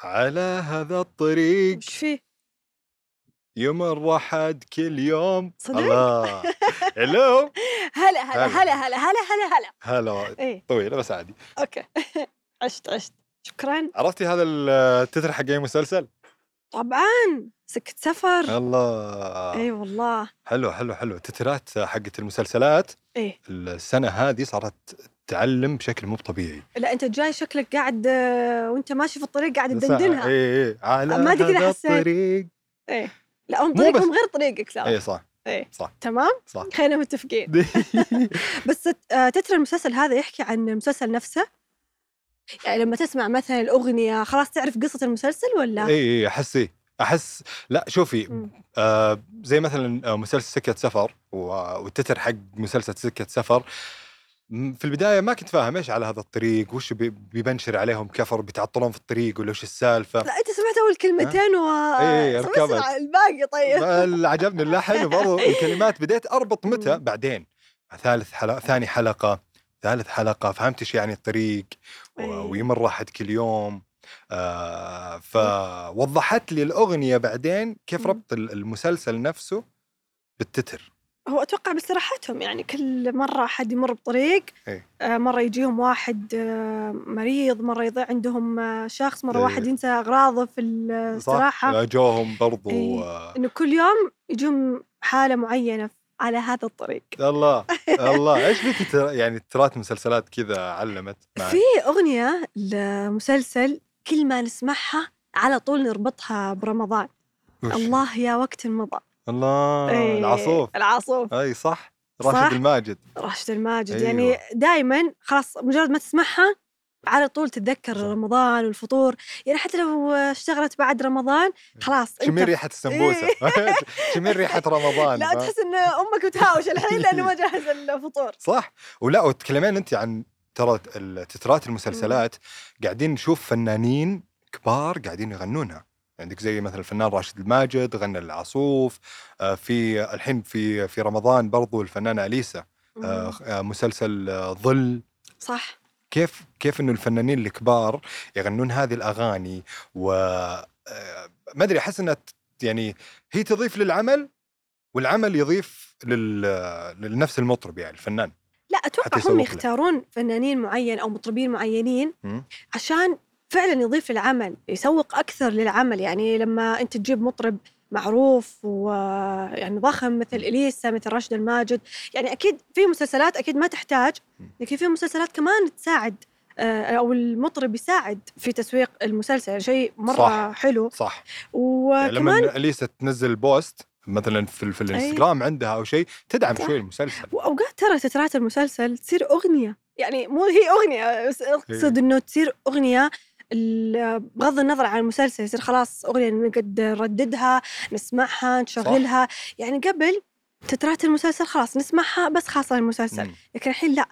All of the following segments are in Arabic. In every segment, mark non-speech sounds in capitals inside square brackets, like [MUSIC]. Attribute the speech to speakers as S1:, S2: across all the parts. S1: على هذا الطريق
S2: مش فيه
S1: يوم الرحد كل يوم
S2: صدق؟
S1: الله
S2: [LAUGHS]
S1: الو
S2: هلا
S1: هلا.
S2: هلا هلا هلا هلا هلا هلا
S1: هلا
S2: ايه
S1: طويله بس عادي
S2: اوكي [LAUGHS] عشت عشت شكرا
S1: عرفتي هذا التتر حق اي مسلسل؟
S2: طبعا سكت سفر
S1: الله
S2: اي والله
S1: حلو حلو حلو التترات حقت المسلسلات
S2: ايه
S1: السنه هذه صارت تعلم بشكل مو طبيعي
S2: لا انت جاي شكلك قاعد آه، وانت ماشي في الطريق قاعد تدندنها
S1: اي اي إيه، على
S2: ما أدري كذا
S1: هذا
S2: حسيت.
S1: الطريق
S2: لا هم
S1: مو
S2: طريقهم
S1: بس-
S2: غير طريقك ترى
S1: اي صح
S2: ايه
S1: صح.
S2: تمام [LAUGHS]
S1: صح
S2: خلينا متفقين بس آه، تتر المسلسل هذا يحكي عن المسلسل نفسه يعني لما تسمع مثلا الأغنية خلاص تعرف قصة المسلسل ولا؟
S1: اي اي احس إيه. احس لا شوفي
S2: مم.
S1: آه زي مثلا آه، مسلسل سكه سفر و- والتتر حق مسلسل سكه سفر م، في البدايه ما كنت فاهم ايش على هذا الطريق وش بي- بيبنشر عليهم كفر بيتعطلون في الطريق ولا وش السالفه
S2: لا أنت سمعت أول كلمتين و
S1: إيه،
S2: سمعت
S1: ركبت.
S2: الباقي طيب
S1: بل عجبني اللحن
S2: [LAUGHS]
S1: وبرضه الكلمات بديت اربط متى
S2: أيوه. مم.
S1: بعدين ثالث حلقه ثاني حلقه ثالث حلقه فهمت ايش يعني الطريق و-
S2: إيه.
S1: ويمر راحت كل يوم آه فوضحت لي الاغنيه بعدين كيف
S2: أيوه. مم.
S1: ربط ال- المسلسل نفسه بالتتر
S2: هو أتوقع باستراحتهم يعني كل مرة أحد يمر بطريق
S1: إيه.
S2: آه، مرة يجيهم واحد آه، مريض مرة يضيع عندهم آه، شخص مرة
S1: إيه.
S2: واحد ينسى أغراضه في
S1: صح؟
S2: الاستراحة
S1: جوهم برضو
S2: إيه.
S1: آه،
S2: إنه كل يوم يجيهم حالة معينة على هذا الطريق
S1: الله الله ايش بك ترا- يعني ترات مسلسلات كذا علمت معك؟
S2: في أغنية لمسلسل كل ما نسمعها على طول نربطها برمضان
S1: وش؟
S2: الله يا وقت مضى
S1: الله
S2: إيه،
S1: العصوف
S2: العصوف
S1: اي صح
S2: صح؟
S1: راشد الماجد
S2: راشد الماجد
S1: أيوة.
S2: يعني دائما خلاص مجرد ما تسمعها على طول تتذكر
S1: صح.
S2: رمضان والفطور يعني حتى لو اشتغلت بعد رمضان خلاص انت
S1: شمين ريحه السمبوسه [LAUGHS] شمين
S2: [LAUGHS]
S1: ريحه رمضان آه.
S2: لا
S1: ف-
S2: تحس ان امك بتهاوش الحين لانه ما جهز الفطور
S1: صح ولا وتكلمين انت عن ترى ال- تترات المسلسلات قاعدين نشوف فنانين كبار قاعدين يغنونها عندك زي مثلا الفنان راشد الماجد غنى العصوف آه، في الحين في في رمضان برضو الفنانه اليسا [LAUGHS] آه،
S2: مم.
S1: آه، مسلسل آه، ظل
S2: صح
S1: كيف كيف انه الفنانين الكبار يغنون هذه الاغاني و آه، ما ادري احس انها ت- يعني هي تضيف للعمل والعمل يضيف لل... آه، لنفس المطرب يعني الفنان
S2: لا اتوقع
S1: حتى
S2: هم
S1: يسوق له.
S2: يختارون فنانين معين او مطربين معينين
S1: مم.
S2: عشان فعلا يضيف للعمل يسوق اكثر للعمل يعني لما انت تجيب مطرب معروف ويعني ضخم مثل اليسا مثل راشد الماجد يعني اكيد في مسلسلات اكيد ما تحتاج لكن في مسلسلات كمان تساعد آه، او المطرب يساعد في تسويق المسلسل يعني شيء مره
S1: صح.
S2: صح. حلو
S1: صح
S2: وكمان
S1: يعني لما اليسا تنزل بوست مثلا في, في الانستغرام عندها او شيء تدعم
S2: صح.
S1: شوي المسلسل
S2: واوقات ترى تترات المسلسل تصير اغنيه يعني مو هي اغنيه بس اقصد
S1: إيه.
S2: انه تصير اغنيه ال- بغض النظر عن المسلسل يصير خلاص اغنيه نقد نرددها نسمعها نشغلها يعني قبل تترات المسلسل خلاص نسمعها بس خاصه المسلسل
S1: مم.
S2: لكن الحين لا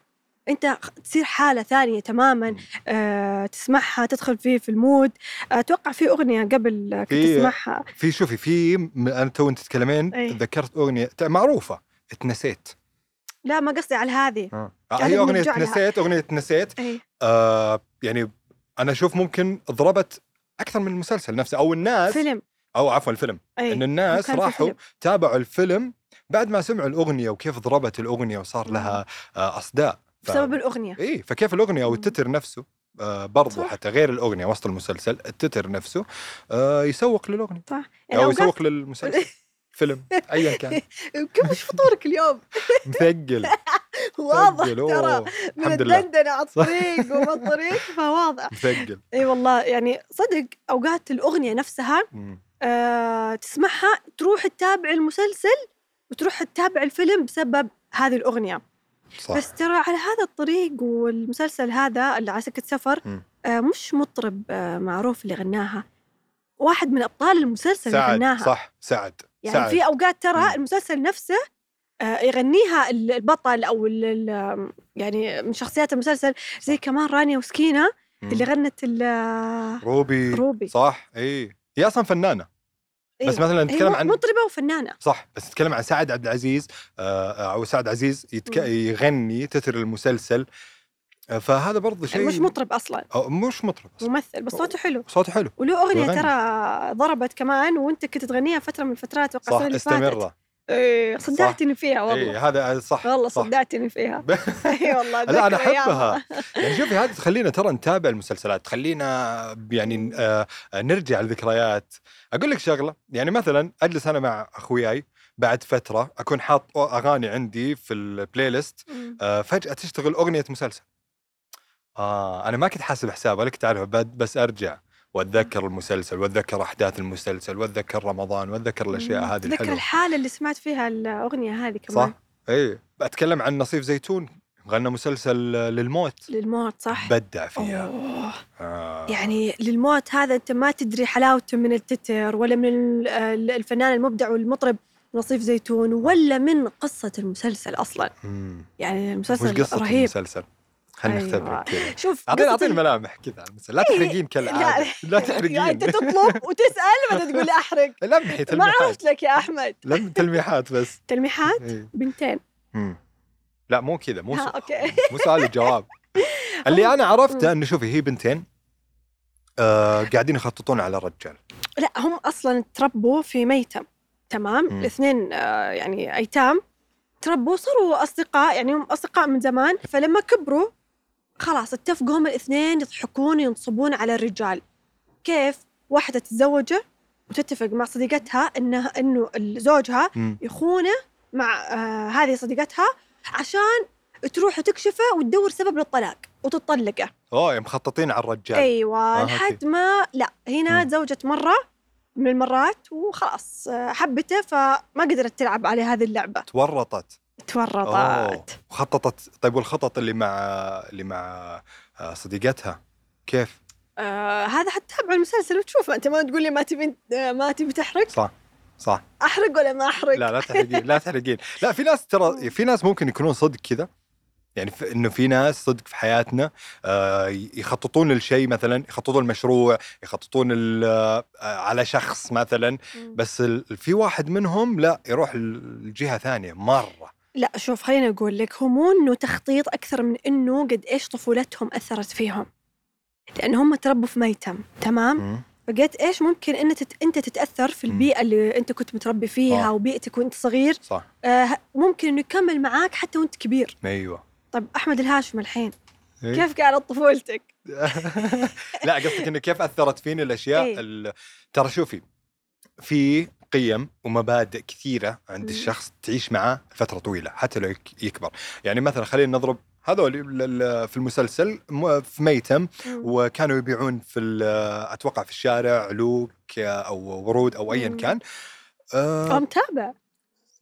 S2: انت خ- تصير حاله ثانيه تماما
S1: مم.
S2: آه، تسمعها تدخل فيه في المود آه، اتوقع في اغنيه قبل آه، كنت
S1: في-
S2: تسمعها
S1: في شوفي في م- انا تو انت
S2: إيه.
S1: تتكلمين ذكرت اغنيه تع- معروفه اتنسيت
S2: لا ما قصدي على هذه
S1: آه.
S2: قاعدة
S1: هي اغنيه
S2: بنرجع لها.
S1: اتنسيت اغنيه اتنسيت
S2: اي
S1: آه يعني انا اشوف ممكن ضربت اكثر من المسلسل نفسه او الناس
S2: فيلم
S1: او عفوا الفيلم
S2: اي
S1: ان الناس
S2: وكان في
S1: راحوا
S2: فيلم.
S1: تابعوا الفيلم بعد ما سمعوا الاغنيه وكيف ضربت الاغنيه وصار
S2: مم.
S1: لها آه اصداء ف-
S2: بسبب الاغنيه
S1: اي فكيف الاغنيه او
S2: مم.
S1: التتر نفسه آه برضو
S2: صح.
S1: حتى غير الاغنيه وسط المسلسل التتر نفسه آه يسوق للاغنيه
S2: صح
S1: او
S2: يعني أوقات-
S1: يسوق
S2: [LAUGHS]
S1: للمسلسل فيلم ايا كان
S2: كم وش فطورك اليوم؟ [LAUGHS]
S1: مثقل
S2: واضح
S1: مثقل،
S2: ترى
S1: أوه،
S2: من
S1: الحمد لله
S2: الدندنه [LAUGHS] على الطريق وما الطريق [LAUGHS] فواضح
S1: مثقل
S2: اي والله يعني صدق اوقات الاغنيه نفسها
S1: مم.
S2: آه تسمعها تروح تتابع المسلسل وتروح تتابع الفيلم بسبب هذه الاغنيه
S1: صح
S2: بس ترى على هذا الطريق والمسلسل هذا اللي على سكه سفر
S1: مم.
S2: آه مش مطرب آه معروف اللي غناها واحد من ابطال المسلسل اللي
S1: سعد
S2: غناها
S1: صح سعد
S2: يعني
S1: سعد
S2: في اوقات
S1: مم.
S2: ترى المسلسل نفسه آه، يغنيها ال- البطل او ال- ال- يعني من شخصيات المسلسل زي كمان رانيا وسكينه
S1: مم.
S2: اللي غنت ال-
S1: روبي
S2: روبي
S1: صح اي هي اصلا فنانه
S2: إيه.
S1: بس مثلا
S2: هي
S1: نتكلم
S2: مط-
S1: عن
S2: مطربه وفنانه
S1: صح بس نتكلم عن سعد عبد العزيز آه، او سعد عزيز يتك...
S2: مم.
S1: يغني تتر المسلسل آه، فهذا برضه شيء
S2: يعني مش مطرب اصلا
S1: أو مش مطرب أصلاً.
S2: ممثل بس صوته حلو
S1: صوته حلو
S2: وله اغنيه
S1: ويغني.
S2: ترى ضربت كمان وانت كنت تغنيها فتره من الفترات
S1: صح
S2: وقع
S1: استمره
S2: ايه صدعتني فيها والله
S1: اي هذا صح
S2: والله
S1: صح. [LAUGHS]
S2: صدعتني فيها [LAUGHS]
S1: ب-
S2: اي والله
S1: لا انا
S2: أتذكر أيامها.
S1: احبها يعني شوفي هذه تخلينا ترى نتابع المسلسلات تخلينا يعني آه، نرجع لذكريات اقول لك شغله يعني مثلا اجلس انا مع اخوياي بعد فتره اكون حاط اغاني عندي في البلاي ليست
S2: مم.
S1: آه، فجاه تشتغل اغنيه مسلسل اه انا ما كنت حاسب حساب ولا كنت اعرف بعد- بس ارجع واتذكر المسلسل واتذكر احداث المسلسل واتذكر رمضان واتذكر الاشياء هذه
S2: تذكر
S1: الحلوه
S2: الحاله اللي سمعت فيها الاغنيه هذه كمان
S1: صح اي بتكلم عن نصيف زيتون غنى مسلسل آه، للموت
S2: للموت صح
S1: بدع فيها
S2: أوه.
S1: آه.
S2: يعني للموت هذا انت ما تدري حلاوته من التتر ولا من ال- ال- الفنان المبدع والمطرب نصيف زيتون ولا من قصه المسلسل اصلا
S1: مم.
S2: يعني
S1: وش
S2: المسلسل
S1: قصة
S2: رهيب
S1: المسلسل؟ خلينا
S2: أيوة.
S1: نختبرك كذا
S2: شوف
S1: اعطينا
S2: قصة
S1: اعطينا
S2: ال- إيه،
S1: ملامح كذا على المسلسل لا تحرقين كالعادة لا
S2: [LAUGHS] يعني
S1: [LAUGHS] تحرقين
S2: انت تطلب وتسال بعدين تقول لي احرق
S1: لمحي
S2: ما
S1: تلميحات
S2: عرفت لك يا احمد
S1: لم تلميحات بس
S2: [LAUGHS] تلميحات
S1: إيه.
S2: بنتين
S1: مم. لا مو كذا مو
S2: ها،
S1: سؤال-
S2: أوكي.
S1: مو سؤال
S2: [LAUGHS]
S1: الجواب اللي انا عرفته انه شوفي هي بنتين آه قاعدين يخططون على رجال
S2: لا هم اصلا تربوا في ميتم تمام
S1: مم.
S2: الاثنين آه، يعني ايتام تربوا صاروا اصدقاء يعني هم اصدقاء من زمان فلما كبروا خلاص اتفقوا هم الاثنين يضحكون ينصبون على الرجال كيف واحده تتزوجه وتتفق مع صديقتها انه انه زوجها
S1: مم.
S2: يخونه مع آه هذه صديقتها عشان تروح وتكشفه وتدور سبب للطلاق وتطلقه
S1: اوه مخططين على الرجال
S2: ايوه
S1: آه،
S2: لحد
S1: أوكي.
S2: ما لا هنا
S1: مم.
S2: تزوجت مره من المرات وخلاص آه، حبته فما قدرت تلعب على هذه اللعبه
S1: تورطت أوه.
S2: تورطت
S1: وخططت طيب والخطط اللي مع اللي مع آه، صديقتها كيف؟
S2: آه هذا حتتابع المسلسل وتشوف انت ما تقول لي ما تبي آه، ما تبي تحرق
S1: صح صح
S2: احرق ولا ما احرق
S1: لا لا
S2: [LAUGHS]
S1: تحرقين لا تحرقين لا في ناس ترى في ناس ممكن يكونون صدق كذا يعني ف- انه في ناس صدق في حياتنا آه، يخططون لشيء مثلا يخططون مشروع يخططون ال- آه، على شخص مثلا
S2: مم.
S1: بس ال- في واحد منهم لا يروح لجهه ثانيه مره
S2: لا شوف خليني اقول لك هم مو انه تخطيط اكثر من انه قد ايش طفولتهم اثرت فيهم لان هم تربوا في ميتم تمام
S1: مم.
S2: فقد ايش ممكن ان تت... انت تتاثر في
S1: مم. آه.
S2: البيئه اللي انت كنت متربي فيها
S1: صح.
S2: وبيئتك وانت صغير
S1: صح
S2: آه، ممكن انه يكمل معاك حتى وانت كبير
S1: ايوه
S2: طيب احمد الهاشم الحين
S1: إيه.
S2: كيف كانت طفولتك [LAUGHS]
S1: لا قصدك انه كيف اثرت فيني الاشياء
S2: إيه.
S1: ال- ترى شوفي في قيم ومبادئ كثيره عند
S2: مم.
S1: الشخص تعيش معاه فتره طويله حتى لو يك- يكبر يعني مثلا خلينا نضرب هذول ال- ال- في المسلسل م- في ميتم وكانوا يبيعون في ال- اتوقع في الشارع علوك او ورود او ايا
S2: مم.
S1: كان أه
S2: متابع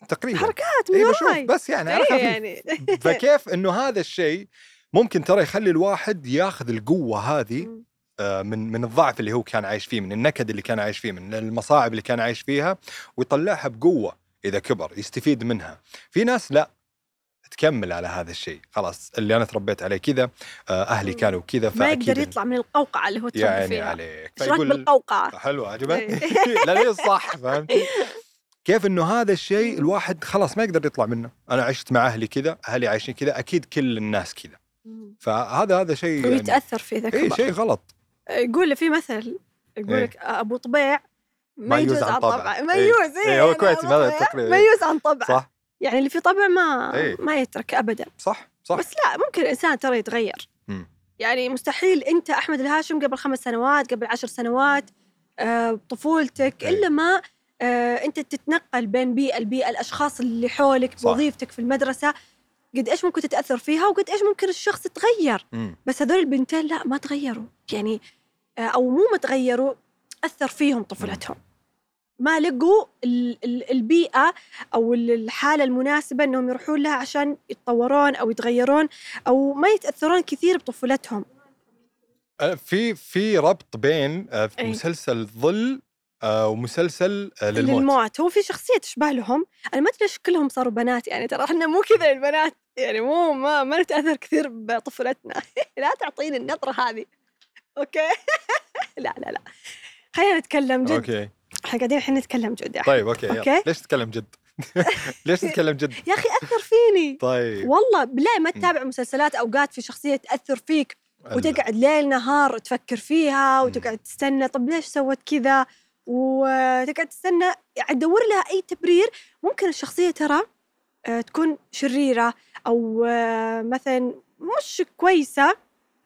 S1: تقريبا
S2: حركات من
S1: إيه بشوف
S2: وراي
S1: بس يعني على
S2: إيه
S1: خفيف
S2: يعني
S1: فكيف انه هذا الشيء ممكن ترى يخلي الواحد ياخذ القوه
S2: [LAUGHS]
S1: هذه
S2: مم.
S1: آه، من من الضعف اللي هو كان عايش فيه من النكد اللي كان عايش فيه من المصاعب اللي كان عايش فيها ويطلعها بقوه اذا كبر يستفيد منها في ناس لا تكمل على هذا الشيء خلاص اللي انا تربيت عليه كذا آه، اهلي
S2: مم.
S1: كانوا كذا
S2: ما
S1: فاكيد
S2: يقدر يطلع من القوقعه اللي هو تربى
S1: يعني
S2: فيها
S1: عليك
S2: ايش رايك بالقوقعه
S1: حلو
S2: إيه.
S1: عجبتني [LAUGHS] لا ليه صح فهمتي كيف انه هذا الشيء الواحد خلاص ما يقدر يطلع منه انا عشت مع اهلي كذا اهلي عايشين كذا اكيد كل الناس كذا فهذا هذا شيء إيه يعني
S2: ويتاثر في ذاك
S1: اي
S2: الوقت.
S1: شيء غلط
S2: يقول لي في مثل يقول
S1: إيه.
S2: لك ابو طبيع ما يجوز عن طبعه ما
S1: إيه.
S2: يجوز إيه،
S1: إيه، هو
S2: يعني
S1: كويتي،
S2: أبو
S1: هذا
S2: طبيع
S1: التقرير،
S2: ما
S1: إيه.
S2: يجوز عن طبعه
S1: صح
S2: يعني اللي في طبع ما
S1: إيه.
S2: ما يترك ابدا
S1: صح صح
S2: بس لا ممكن الانسان ترى يتغير
S1: مم.
S2: يعني مستحيل انت احمد الهاشم قبل خمس سنوات قبل عشر سنوات آه، بطفولتك
S1: أي.
S2: الا ما آه، انت تتنقل بين بيئه لبيئه الاشخاص اللي حولك
S1: صح.
S2: بوظيفتك في المدرسه قد ايش ممكن تتاثر فيها وقد ايش ممكن الشخص يتغير
S1: مم.
S2: بس هذول البنتين لا ما تغيروا يعني آه، او مو ما تغيروا اثر فيهم طفولتهم ما لقوا ال- ال- البيئه او ال- الحاله المناسبه انهم يروحون لها عشان يتطورون او يتغيرون او ما يتاثرون كثير بطفولتهم
S1: آه، في في ربط بين آه، في
S2: إيه.
S1: مسلسل ظل آه، ومسلسل آه، للموت,
S2: للموت هو في شخصية تشبه لهم أنا ما أدري ليش كلهم صاروا بنات يعني ترى احنا مو كذا البنات يعني مو ما, ما نتأثر كثير بطفولتنا [LAUGHS] لا تعطيني النظرة هذه أوكي [LAUGHS] لا لا لا خلينا نتكلم جد
S1: اوكي
S2: احنا قاعدين الحين نتكلم جد يا أحمد.
S1: طيب اوكي, يلا.
S2: أوكي.
S1: ليش تتكلم جد [LAUGHS]
S2: [LAUGHS]
S1: ليش تتكلم جد؟
S2: يا اخي اثر فيني
S1: طيب
S2: والله لا ما تتابع مسلسلات اوقات في شخصيه تاثر فيك وتقعد ليل نهار تفكر فيها وتقعد تستنى طب ليش سوت كذا وتقعد تستنى يعني تدور لها اي تبرير ممكن الشخصيه ترى آه، تكون شريره او آه، مثلا مش كويسه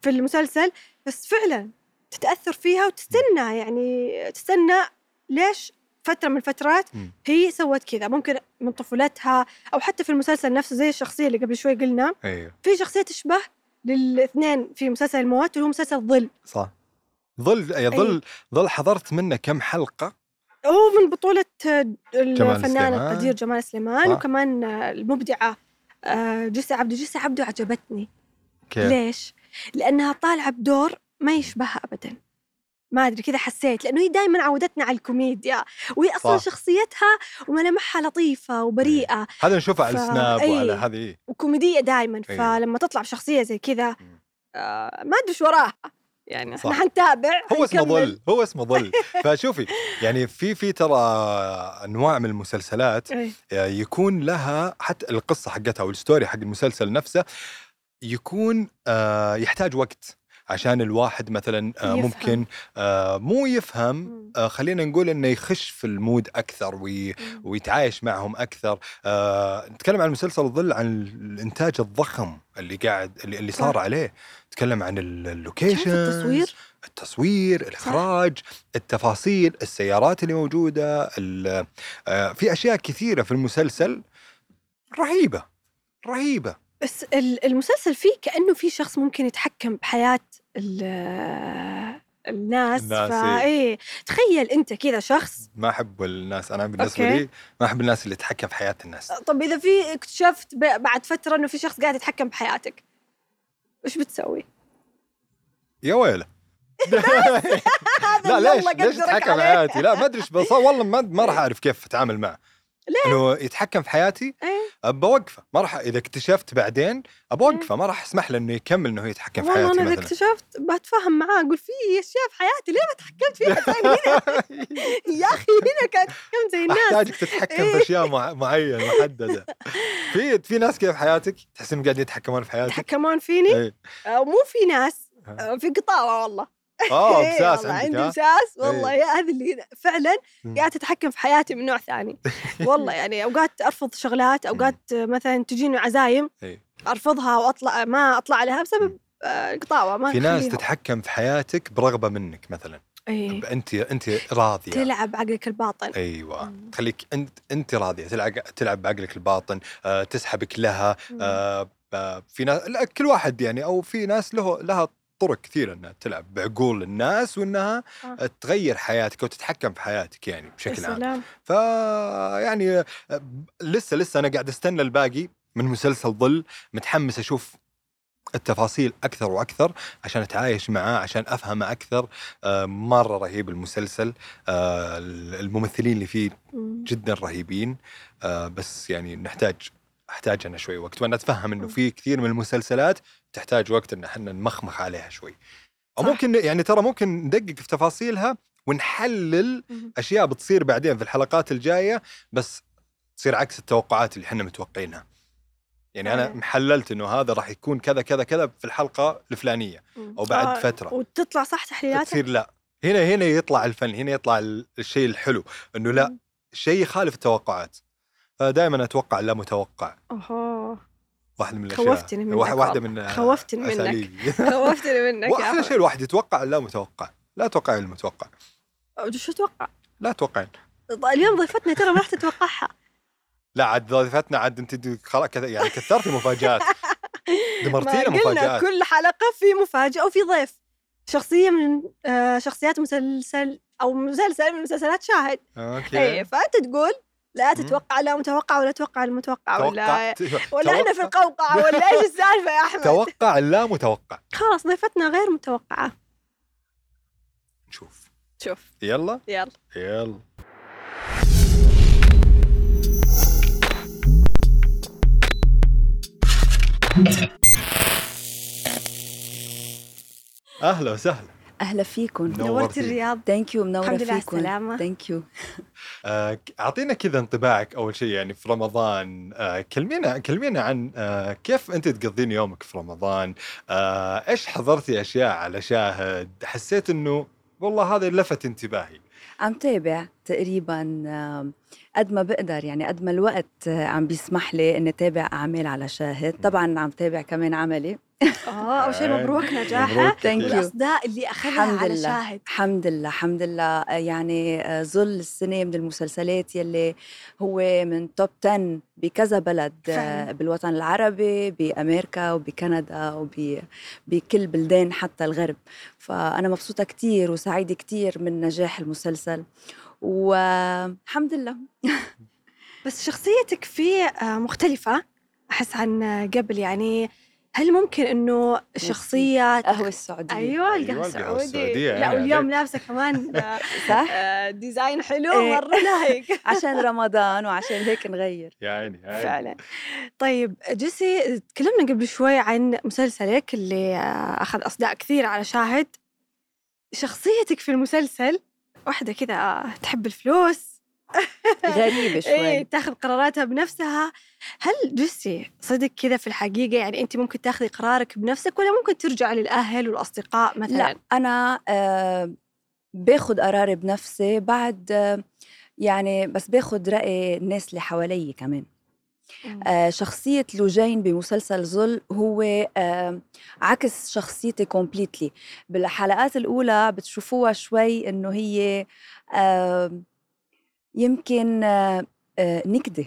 S2: في المسلسل بس فعلا تتاثر فيها وتستنى يعني تستنى ليش فتره من الفترات
S1: مم.
S2: هي سوت كذا ممكن من طفولتها او حتى في المسلسل نفسه زي الشخصيه اللي قبل شوي قلنا
S1: ايوه
S2: في شخصيه تشبه للاثنين في مسلسل الموت اللي هو مسلسل ظل
S1: صح ظل أي
S2: إيه.
S1: ظل ظل حضرت منه كم حلقه
S2: هو من بطولة آه، الفنان
S1: سليمان.
S2: القدير جمال سليمان
S1: آه.
S2: وكمان آه، المبدعة آه، جيسة عبده جيسة عبده عجبتني
S1: كيف؟
S2: ليش؟ لأنها طالعة بدور ما يشبهها أبدا ما أدري كذا حسيت لأنه هي دائما عودتنا على الكوميديا وهي أصلا
S1: صح. إيه.
S2: شخصيتها وملامحها لطيفة وبريئة
S1: هذا نشوفه على
S2: فا-
S1: السناب وعلى
S2: أي.
S1: هذه إيه.
S2: وكوميدية دائما
S1: إيه.
S2: فلما تطلع بشخصية زي كذا
S1: مم.
S2: آه، ما أدري إيش وراها يعني
S1: صح.
S2: احنا حنتابع
S1: هو اسمه
S2: حنكمل.
S1: ظل هو اسمه
S2: [LAUGHS]
S1: ظل فشوفي يعني في في ترى انواع من المسلسلات
S2: إيه.
S1: يكون لها حتى القصه حقتها او الستوري حق المسلسل نفسه يكون آه، يحتاج وقت عشان الواحد مثلا آه،
S2: يفهم.
S1: ممكن آه، مو يفهم
S2: مم.
S1: آه، خلينا نقول انه يخش في المود اكثر وي
S2: مم.
S1: ويتعايش معهم اكثر آه، نتكلم عن مسلسل الظل عن الانتاج الضخم اللي قاعد اللي اللي صار
S2: صح.
S1: عليه نتكلم عن
S2: شايف
S1: اللوكيشن
S2: التصوير
S1: التصوير الاخراج التفاصيل السيارات اللي موجوده ال- آه، في اشياء كثيره في المسلسل رهيبه رهيبه
S2: بس ال- المسلسل فيه كأنه في شخص ممكن يتحكم بحياة ال- الناس
S1: الناس،
S2: فا إيه تخيل أنت كذا شخص
S1: ما احب الناس انا بالنسبه
S2: أوكي.
S1: لي ما احب الناس اللي تتحكم في حياه الناس
S2: طب إذا في اكتشفت ب- بعد فترة إنه في شخص قاعد يتحكم بحياتك وش بتسوي؟
S1: يا
S2: [LAUGHS]
S1: ويله لا
S2: اللي
S1: ليش
S2: الله
S1: ليش
S2: قدرك
S1: تتحكم في
S2: عليه.
S1: حياتي لا ما ادري ايش بص- والله ما ما
S2: [LAUGHS]
S1: راح اعرف كيف اتعامل معه ليه؟ انه يتحكم في حياتي
S2: إيه
S1: بوقفه ما راح اذا اكتشفت بعدين بوقفه ما راح اسمح له انه يكمل انه يتحكم في
S2: والله
S1: حياتي
S2: أنا إذا
S1: مثلا
S2: اكتشفت بتفاهم معاه أقول في أشياء في حياتي ليه ما تحكمت فيها زي هنا
S1: [LAUGHS]
S2: يا أخي هنا كانت تحكمت زي الناس إيه.
S1: احتاجك تتحكم في اشياء مع- معينه
S2: [LAUGHS]
S1: محدده في في ناس كذا في حياتك تحس انهم قاعدين يتحكمون في حياتك
S2: يتحكمون فيني
S1: إيه.
S2: آه، ومو في ناس
S1: ها.
S2: آه، في قطاوة والله
S1: اه
S2: إيه
S1: بساس
S2: والله،
S1: عندك
S2: عندي
S1: ها؟
S2: مساس والله
S1: إيه.
S2: يا هذا اللي فعلا
S1: مم.
S2: قاعد تتحكم في حياتي من نوع
S1: [LAUGHS]
S2: ثاني والله يعني اوقات ارفض شغلات اوقات مثلا تجيني عزايم
S1: إيه.
S2: ارفضها واطلع ما اطلع لها بسبب آه، قطاوه ما
S1: في ناس
S2: أخليها.
S1: تتحكم في حياتك برغبه منك مثلا
S2: إيه.
S1: انت انت راضيه
S2: تلعب عقلك الباطن
S1: ايوه
S2: مم.
S1: تخليك انت انت راضيه تلعب تلعب بعقلك الباطن آه، تسحبك لها آه، آه، في ناس لا، كل واحد يعني او في ناس له لها طرق كثيره انها تلعب بعقول الناس وانها
S2: آه.
S1: تغير حياتك وتتحكم في حياتك يعني بشكل عام
S2: سلام
S1: ف يعني لسه لسه انا قاعد استنى الباقي من مسلسل ظل متحمس اشوف التفاصيل اكثر واكثر عشان اتعايش معاه عشان افهمه اكثر آه، مره رهيب المسلسل آه، الممثلين اللي فيه جدا رهيبين آه، بس يعني نحتاج احتاج انا شوي وقت وانا اتفهم انه
S2: مم.
S1: في كثير من المسلسلات تحتاج وقت ان احنا نمخمخ عليها شوي او
S2: صح.
S1: ممكن يعني ترى ممكن ندقق في تفاصيلها ونحلل
S2: مم.
S1: اشياء بتصير بعدين في الحلقات الجايه بس تصير عكس التوقعات اللي احنا متوقعينها يعني انا
S2: أيه.
S1: محللت انه هذا راح يكون كذا كذا كذا في الحلقه الفلانيه
S2: مم.
S1: او بعد
S2: آه،
S1: فتره
S2: وتطلع صح تحليلاتك
S1: تصير لا هنا هنا يطلع الفن هنا يطلع ال- الشيء الحلو انه لا
S2: مم.
S1: شيء يخالف التوقعات فدائما اتوقع لا متوقع
S2: اوهو
S1: واحد من الاشياء
S2: خوفتني منك
S1: واحد- واحده
S2: والله.
S1: من
S2: خوفتني منك.
S1: أساليبي.
S2: [LAUGHS] خوفتني منك يا
S1: واحلى
S2: أحمد.
S1: شيء الواحد يتوقع لا متوقع لا توقع المتوقع
S2: أو شو اتوقع؟
S1: لا توقعين
S2: اليوم ضيفتنا ترى ما راح
S1: [LAUGHS]
S2: تتوقعها
S1: لا عاد ضيفتنا عاد انت دي- خلاص كذا يعني كثرتي
S2: [LAUGHS]
S1: مفاجات
S2: ما
S1: دمرتينا
S2: قلنا
S1: مفاجات
S2: كل حلقة في مفاجأة وفي ضيف شخصية من آه، شخصيات مسلسل أو مسلسل من مسلسلات شاهد
S1: اوكي
S2: إيه فأنت تقول لا
S1: مم.
S2: تتوقع لا متوقع ولا توقع المتوقع
S1: توقع
S2: ولا ولا احنا في القوقعة ولا ايش السالفة يا أحمد
S1: توقع اللا متوقع
S2: خلاص ضيفتنا غير متوقعة
S1: نشوف
S2: شوف
S1: يلا
S2: يلا
S1: يلا اهلا وسهلا
S3: اهلا فيكم
S1: نورتي.
S2: نورت الرياض
S3: ثانك يو منوره
S2: الحمد لله على
S3: فيكم
S2: السلامة. [LAUGHS]
S3: ثانك يو
S1: آه، اعطينا كذا انطباعك اول شيء يعني في رمضان آه، كلمينا كلمينا عن آه، كيف انت تقضين يومك في رمضان آه، ايش حضرتي اشياء على شاهد حسيت انه والله هذا لفت انتباهي
S3: عم تابع تقريبا آم، قد ما بقدر يعني قد ما الوقت آه، عم بيسمح لي اني تابع اعمال على شاهد طبعا عم تابع كمان عملي
S2: اه اول شيء
S1: آه،
S2: مبروك نجاحه
S1: مبروك
S3: Thank you.
S2: الاصداء اللي اخذها
S3: الحمد
S2: على
S3: لله.
S2: شاهد
S3: الحمد لله الحمد لله آه، يعني آه، ظل السنه من المسلسلات يلي هو من توب 10 بكذا بلد آه،
S2: فعلاً.
S3: بالوطن العربي بامريكا وبكندا وبكل بلدان حتى الغرب فانا مبسوطه كتير وسعيده كتير من نجاح المسلسل والحمد لله
S2: بس شخصيتك فيه آه، مختلفة أحس عن آه، قبل يعني هل ممكن إنه الشخصية
S3: قهوة السعودية
S2: أيوة القهوة
S1: أيوة، القهوة
S2: السعودي
S1: السعودية،
S2: لا
S1: يعني
S2: واليوم
S1: عليك.
S2: لابسة كمان
S3: [LAUGHS]
S2: آه،
S3: صح
S2: آه، ديزاين حلو
S3: إيه.
S2: مرة
S1: [LAUGHS]
S2: لايق
S3: عشان رمضان وعشان هيك نغير
S1: يا عيني يا عيني.
S2: فعلا طيب جيسي تكلمنا قبل شوي عن مسلسلك اللي آه، أخذ أصداء كثير على شاهد شخصيتك في المسلسل واحدة كذا آه، تحب الفلوس
S3: غريبة
S2: ايه
S3: شوي
S2: تاخذ قراراتها بنفسها هل جسي صدق كذا في الحقيقه يعني انت ممكن تاخذي قرارك بنفسك ولا ممكن ترجعي للاهل والاصدقاء مثلا
S3: لا أنا آه، باخد قراري بنفسي بعد آه، يعني بس باخد رأي الناس اللي حوالي كمان
S2: مم.
S3: آه، شخصية لوجين بمسلسل ظل هو آه، عكس شخصيتي كومبليتلي بالحلقات الأولى بتشوفوها شوي إنه هي آه، يمكن آه، آه، نكدة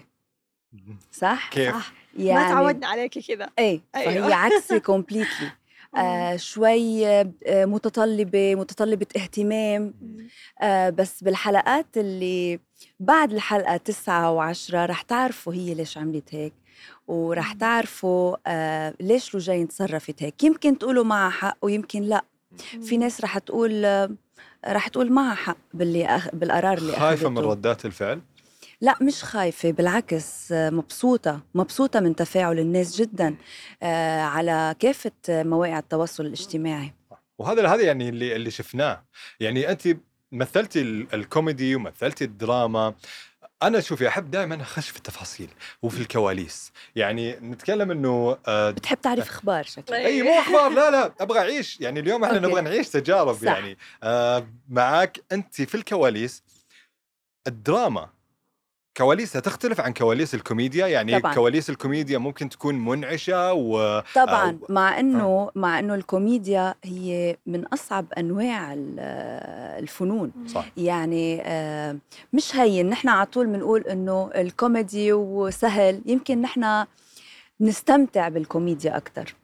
S3: صح؟
S1: كيف
S2: صح.
S3: يعني
S2: ما تعودنا عليكي كذا
S3: ايه
S2: أيوة. [LAUGHS]
S3: فهي عكسي كومبليتلي آه شوي آه متطلبة متطلبة اهتمام آه بس بالحلقات اللي بعد الحلقة تسعة وعشرة رح تعرفوا هي ليش عملت هيك ورح
S2: مم.
S3: تعرفوا آه ليش لوجين تصرفت هيك يمكن تقولوا معها حق ويمكن لا في ناس رح تقول آه، رح تقول معها حق باللي أخ... بالقرار اللي
S1: خايفه من
S3: أخدته.
S1: ردات الفعل
S3: لا مش خايفة بالعكس آه، مبسوطة مبسوطة من تفاعل الناس جدا آه، على كافة آه، مواقع التواصل الاجتماعي
S1: وهذا هذا يعني اللي اللي شفناه يعني انت مثلتي ال- الكوميدي ومثلتي الدراما انا شوفي احب دائما اخش في التفاصيل وفي الكواليس يعني نتكلم انه آه،
S3: بتحب تعرف اخبار شكلك
S1: اي مو اخبار لا
S3: [LAUGHS]
S1: لا ابغى اعيش يعني اليوم احنا
S3: أوكي.
S1: نبغى نعيش تجارب
S3: صح.
S1: يعني آه معاك انت في الكواليس الدراما كواليسها تختلف عن كواليس الكوميديا يعني
S3: طبعاً.
S1: طبعًا. كواليس الكوميديا ممكن تكون منعشه و
S3: طبعا
S1: أو-
S3: مع انه مع انه الكوميديا هي من اصعب انواع ال- آه، الفنون
S1: صح
S3: يعني آه، مش هين نحن على طول بنقول انه الكوميدي وسهل يمكن نحن نستمتع بالكوميديا اكثر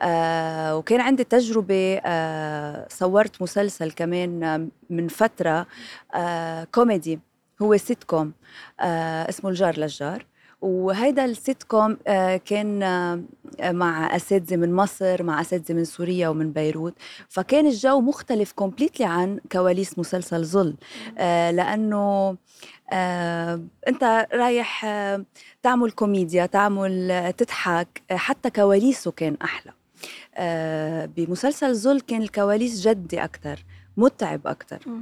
S3: آه وكان عندي تجربة آه صورت مسلسل كمان آه، من فترة آه كوميدي هو سيت كوم آه اسمه الجار للجار وهيدا السيت كوم آه كان آه مع أساتذة من مصر مع أساتذة من سوريا ومن بيروت فكان الجو مختلف كومبليتلي عن كواليس مسلسل ظل آه لأنه آه أنت رايح آه تعمل كوميديا تعمل آه، تضحك آه، حتى كواليسه كان أحلى آه، بمسلسل زل كان الكواليس جدي أكتر متعب أكتر
S2: مع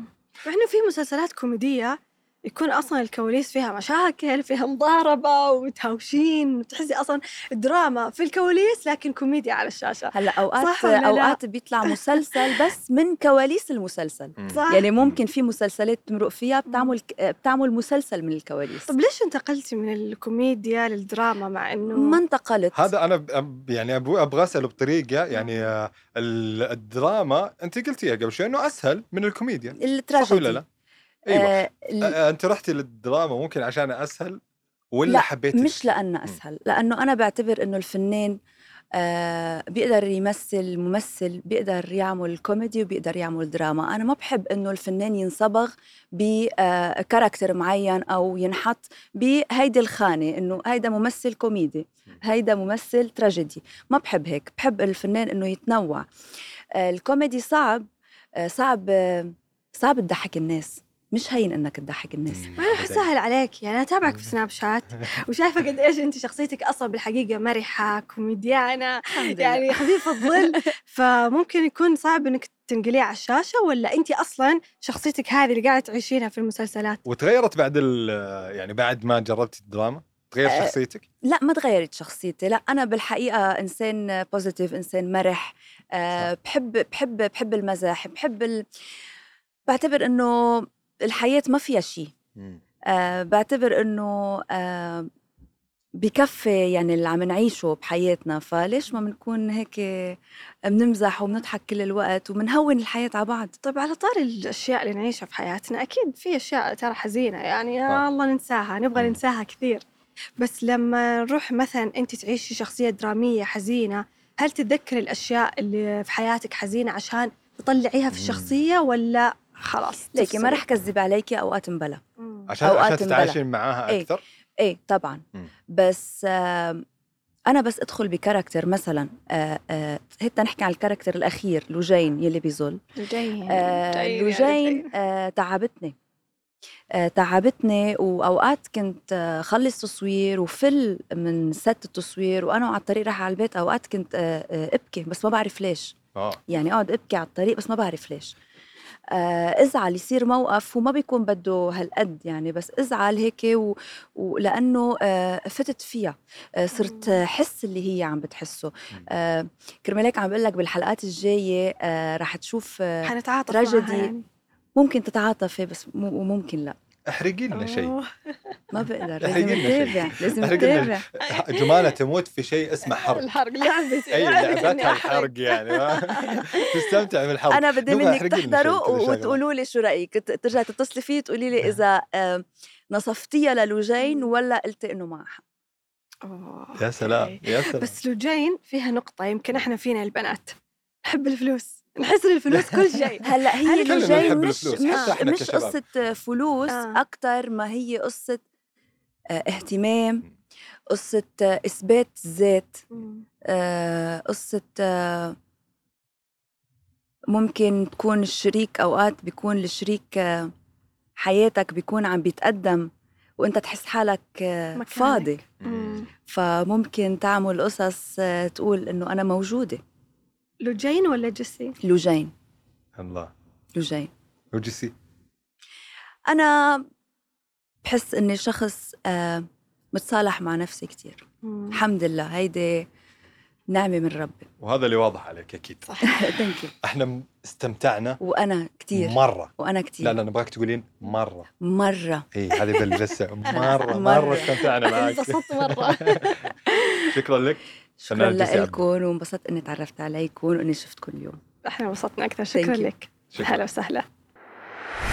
S2: انه في مسلسلات كوميديه يكون اصلا الكواليس فيها مشاكل فيها مضاربه ومتهاوشين وتحسي اصلا دراما في الكواليس لكن كوميديا على الشاشه
S3: هلا
S2: صح
S3: أوقات
S2: ولا لا؟
S3: أوقات بيطلع مسلسل بس من كواليس المسلسل
S1: مم.
S2: صح
S3: يعني ممكن في مسلسلات تمرق فيها بتعمل آه، بتعمل مسلسل من الكواليس
S2: طب طيب، ليش انتقلتي من الكوميديا للدراما مع انه
S3: ما انتقلت
S1: هذا انا ب- يعني أبو- ابغى اساله بطريقه يعني آه، ال- الدراما انت قلتيها قبل شوي انه اسهل من الكوميديا
S3: التراجيدي
S1: صح ولا لا؟ ايوه
S3: آه، ال-
S1: آه، انت رحتي للدراما ممكن عشان اسهل ولا
S3: لا،
S1: حبيتي
S3: مش لأنه أسهل لأنه أنا بعتبر أنه الفنان آه بيقدر يمثل ممثل بيقدر يعمل كوميدي وبيقدر يعمل دراما أنا ما بحب أنه الفنان ينصبغ بكاركتر معين أو ينحط بهيدي الخانة أنه هيدا ممثل كوميدي هيدا ممثل تراجيدي ما بحب هيك بحب الفنان أنه يتنوع آه الكوميدي صعب آه صعب آه صعب تضحك الناس مش هين انك تضحك الناس
S2: ما انا حسهل عليك يعني انا اتابعك في سناب شات وشايفه قد ايش انت شخصيتك اصلا بالحقيقه مرحه كوميديانه
S3: [LAUGHS] يعني
S2: يعني خفيفه الظل فممكن يكون صعب انك تنقليه على الشاشه ولا انت اصلا شخصيتك هذه اللي قاعده تعيشينها في المسلسلات
S1: وتغيرت بعد ال يعني بعد ما جربت الدراما
S3: آه،
S2: أه،
S1: تغير شخصيتك
S3: لا ما تغيرت شخصيتي لا انا بالحقيقه انسان بوزيتيف انسان مرح أه بحب بحب بحب المزاح بحب ال... بعتبر انه الحياه ما فيها شيء
S1: مم.
S3: آه بعتبر انه آه بكفي يعني اللي عم نعيشه بحياتنا فليش ما بنكون هيك بنمزح وبنضحك كل الوقت وبنهون الحياة على بعض
S2: طيب على طار الاشياء اللي نعيشها في حياتنا اكيد في اشياء ترى حزينه يعني يا
S1: طبعاً.
S2: الله ننساها نبغى
S1: مم.
S2: ننساها كثير بس لما نروح مثلا انت تعيشي شخصيه دراميه حزينه هل تتذكري الاشياء اللي في حياتك حزينه عشان تطلعيها في
S1: مم.
S2: الشخصيه ولا خلاص
S3: ليكي ما
S2: تفصلي؟
S3: رح كذب عليكي اوقات مبلا
S2: مم.
S1: عشان
S3: أوقات
S1: عشان
S3: انبلع.
S1: تتعايشين معاها
S3: إيه.
S1: اكثر
S3: ايه طبعا
S1: مم.
S3: بس آه انا بس ادخل بكاركتر مثلا آه آه هيك نحكي عن الكاركتر الاخير لوجين يلي بيزول
S2: لجين
S3: آه،
S2: لجين يا
S3: لوجين آه، تعبتني آه، تعبتني واوقات كنت آه، خلص تصوير وفل من ست التصوير وانا على الطريق رايحه على البيت اوقات كنت آه، آه، ابكي بس ما بعرف ليش
S1: اه
S3: يعني اقعد ابكي على الطريق بس ما بعرف ليش آه، ازعل يصير موقف وما بيكون بده هالقد يعني بس ازعل هيك و... ولانه آه، فتت فيها آه، صرت
S2: مم.
S3: آه، حس اللي هي عم بتحسه آه، كرمال هيك عم بقول لك بالحلقات الجايه آه، رح تشوف آه،
S2: حنتعاطف
S3: تراجيدي.
S2: معها يعني.
S3: ممكن تتعاطفي بس مو- وممكن لا
S1: احرقي لنا شيء
S2: أوه.
S3: ما
S1: [LAUGHS]
S3: بقدر لازم
S1: احرقي لنا شيء.
S3: نتابع
S1: [LAUGHS]
S3: لازم
S1: احرقي لنا
S3: نتابع
S1: جمانه تموت في شيء اسمه
S2: [LAUGHS]
S1: حرق
S2: الحرق يعني لعبتي
S1: اي
S2: لعبتي إني
S1: لعبتها
S2: أحرق.
S1: الحرق يعني ما- [LAUGHS] تستمتع بالحرق
S3: انا بدي
S1: نبغى
S3: منك
S1: احرقي لنا شيء
S3: تحضروا
S1: كذا شغلة.
S3: وتقولوا لي شو رايك ت- ترجعي تتصلي فيي
S1: [LAUGHS]
S3: تقولي لي اذا آه، نصفتيها للوجين ولا قلتي انه معها
S2: أوه.
S1: يا سلام
S2: أوكي.
S1: يا سلام
S2: بس لوجين فيها نقطة يمكن احنا فينا البنات نحب الفلوس نحس الفلوس [LAUGHS] كل شيء
S3: هلا هي
S2: هلا كلنا
S3: الوجين
S1: بنحب
S3: مش
S1: الفلوس،
S3: مش,
S1: حتى إحنا
S3: مش
S1: كشباب.
S3: قصه فلوس
S2: آه.
S3: اكثر ما هي قصه آه، اهتمام
S1: مم.
S3: قصه آه، اثبات ذات آه، قصة آه، ممكن تكون الشريك أوقات بيكون الشريك آه، حياتك بيكون عم بيتقدم وانت تحس حالك آه،
S2: مكانك.
S3: فاضي
S1: مم.
S3: فممكن تعمل قصص آه، تقول انه انا موجوده
S2: لوجين ولا جيسي؟
S3: لوجين
S1: الله
S3: لوجين
S1: وجسي
S3: انا بحس اني شخص آه، متصالح مع نفسي كتير
S2: [LAUGHS]
S3: الحمد لله هيدي نعمه من ربي [LAUGHS]
S1: وهذا اللي واضح عليك اكيد
S3: ثانك يو
S1: احنا م- استمتعنا
S3: وانا كتير
S1: مره
S3: وانا كتير
S1: لا لا نبغاك تقولين مره
S2: [LAUGHS]
S3: مره
S1: اي هذه بالبسه مره
S3: مرة.
S1: مره استمتعنا معك
S2: انبسطت مرة
S1: شكرا لك
S3: شكرا
S1: فنانة جيسي عبد.
S3: لكم وانبسطت اني تعرفت عليكم واني شفتكم اليوم
S2: [LAUGHS] احنا انبسطنا أكثر شكرا
S3: Thank you.
S2: لك
S1: شكرا
S2: هلا وسهلا